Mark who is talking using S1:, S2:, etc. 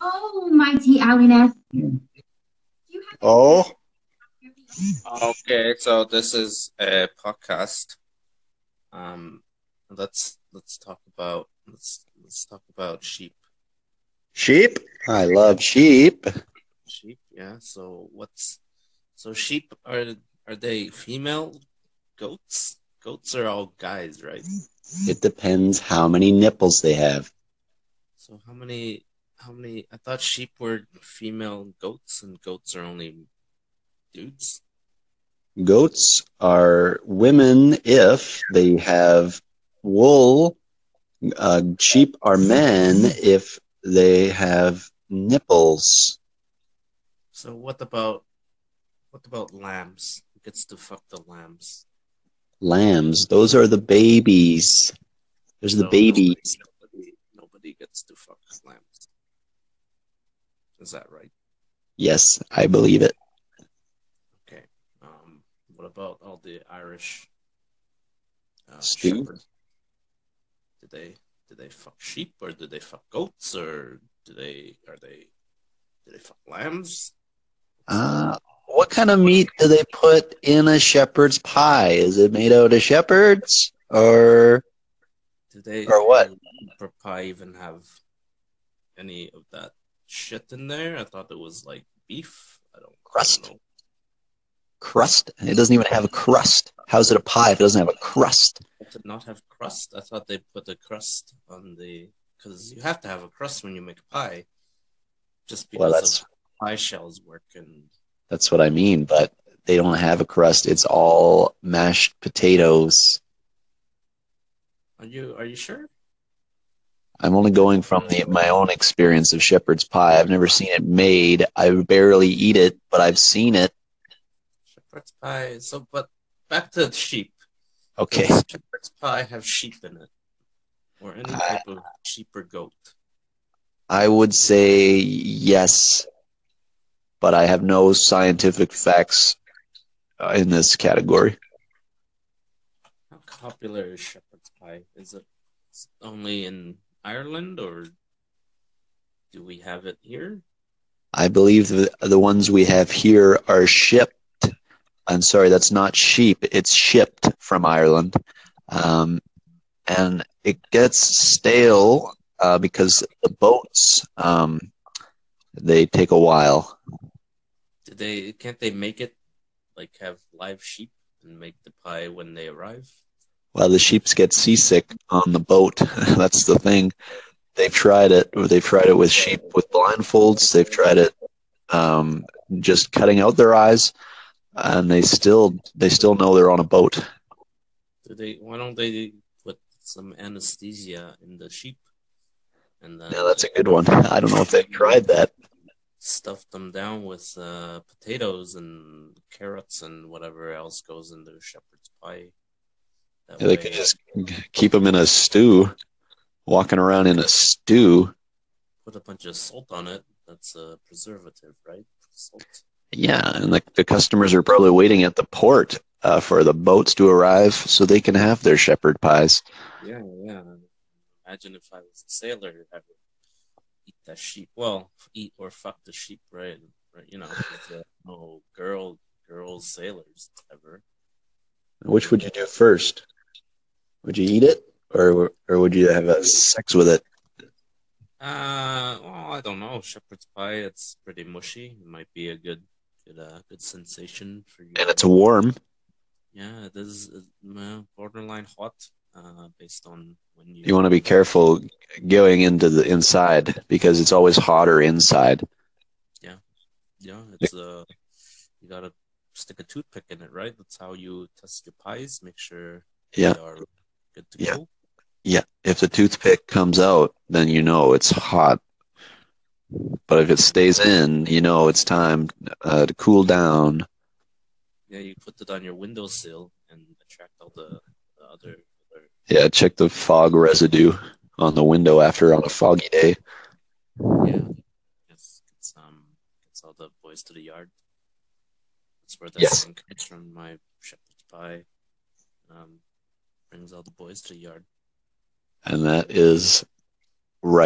S1: Almighty Alina.
S2: Oh,
S3: Okay, so this is a podcast. Um, let's let's talk about let's let's talk about sheep.
S2: sheep. I love sheep.
S3: Sheep, yeah. So what's so sheep are are they female goats? Goats are all guys, right?
S2: It depends how many nipples they have.
S3: So how many how many I thought sheep were female goats and goats are only dudes.
S2: Goats are women if they have wool. Uh, sheep are men if they have nipples.
S3: So what about what about lambs? Who gets to fuck the lambs?
S2: Lambs, those are the babies. Those are the
S3: No,
S2: babies.
S3: Nobody, nobody gets to fuck lambs. Is that right?
S2: Yes, I believe it.
S3: Okay. Um, what about all the Irish uh,
S2: Stew?
S3: shepherds? Do they do they fuck sheep or do they fuck goats or do they are they do they fuck lambs?
S2: Uh, what kind of meat do they put in a shepherd's pie? Is it made out of shepherds or
S3: Do they
S2: Or what?
S3: Does pie even have any of that shit in there? I thought it was like beef. I don't, I
S2: Crust.
S3: don't know.
S2: crust? It doesn't even have a crust. How's it a pie if it doesn't have a crust?
S3: did not have crust. I thought they put a crust on the because you have to have a crust when you make pie, just
S2: Well,
S3: because
S2: that's-
S3: of how pie shells work. And
S2: That's what I mean, but they don't have a crust. It's all mashed potatoes.
S3: are you are you sure?
S2: I'm only going from the, my own experience of shepherd's pie. I've never seen it made. I barely eat it, but I've seen it.
S3: Shepherd's pie. So, but back to the sheep.
S2: Okay.
S3: Does shepherd's pie have sheep in it, or any
S2: Uh,
S3: type of sheep or goat?
S2: I would say yes, but I have no scientific facts uh, in this category.
S3: How popular is shepherd's pie? Is it only in Ireland, or do we have it here?
S2: I believe the, the ones we have here are shipped. I'm sorry, that's not sheep. It's shipped from Ireland. Um, and it gets stale uh, because the boats, um, they take a while.
S3: Do they can't they make it like have live sheep and make the pie when they arrive?
S2: Well, the sheeps get seasick on the boat. That's the thing. They've tried it. They've tried it with sheep with blindfolds. They've tried it um, just cutting out their eyes, and they still they still know they're on a boat.
S3: Do they why don't they put some anesthesia in the sheep and then
S2: Yeah, that's a good one. I don't know if they've tried that.
S3: stuff them down with uh, potatoes and carrots and whatever else goes into the shepherd's pie? That
S2: They could just keep them in a stew, walking around in a stew.
S3: put a bunch of salt on it. That's a preservative, right? Salt.
S2: Yeah, and like the customers are probably waiting at the port uh, for the boats to arrive so they can have their shepherd pies.
S3: Yeah, yeah. Imagine if I was a sailor, I would eat that sheep. Well, eat or fuck the sheep, right? right you know, 'cause there are no girl, girl sailors ever.
S2: Which would you do first? Would you eat it, or or would you have uh, sex with it?
S3: Uh, well, I don't know. Shepherd's pie, it's pretty mushy. It might be a good, good, uh, good sensation for you.
S2: And it's warm.
S3: yeah, it is uh, borderline hot. Uh, based on when you
S2: You want to be careful going into the inside because it's always hotter inside.
S3: Yeah, it's uh you gotta stick a toothpick in it, right? That's how you test your pies, make sure
S2: Yeah.
S3: they are good to
S2: Yeah.
S3: go.
S2: Yeah, if the toothpick comes out, then you know it's hot. But if it stays in, you know it's time uh, to cool down.
S3: Yeah, you put it on your windowsill and attract all the, the other, other
S2: Yeah, check the fog residue on the window after on a foggy day.
S3: yeah. It's, it's um it's all the boys to the yard. That's where that
S2: Yes.
S3: song comes from my shepherd's pie. Um brings all the boys to the yard.
S2: And that is right.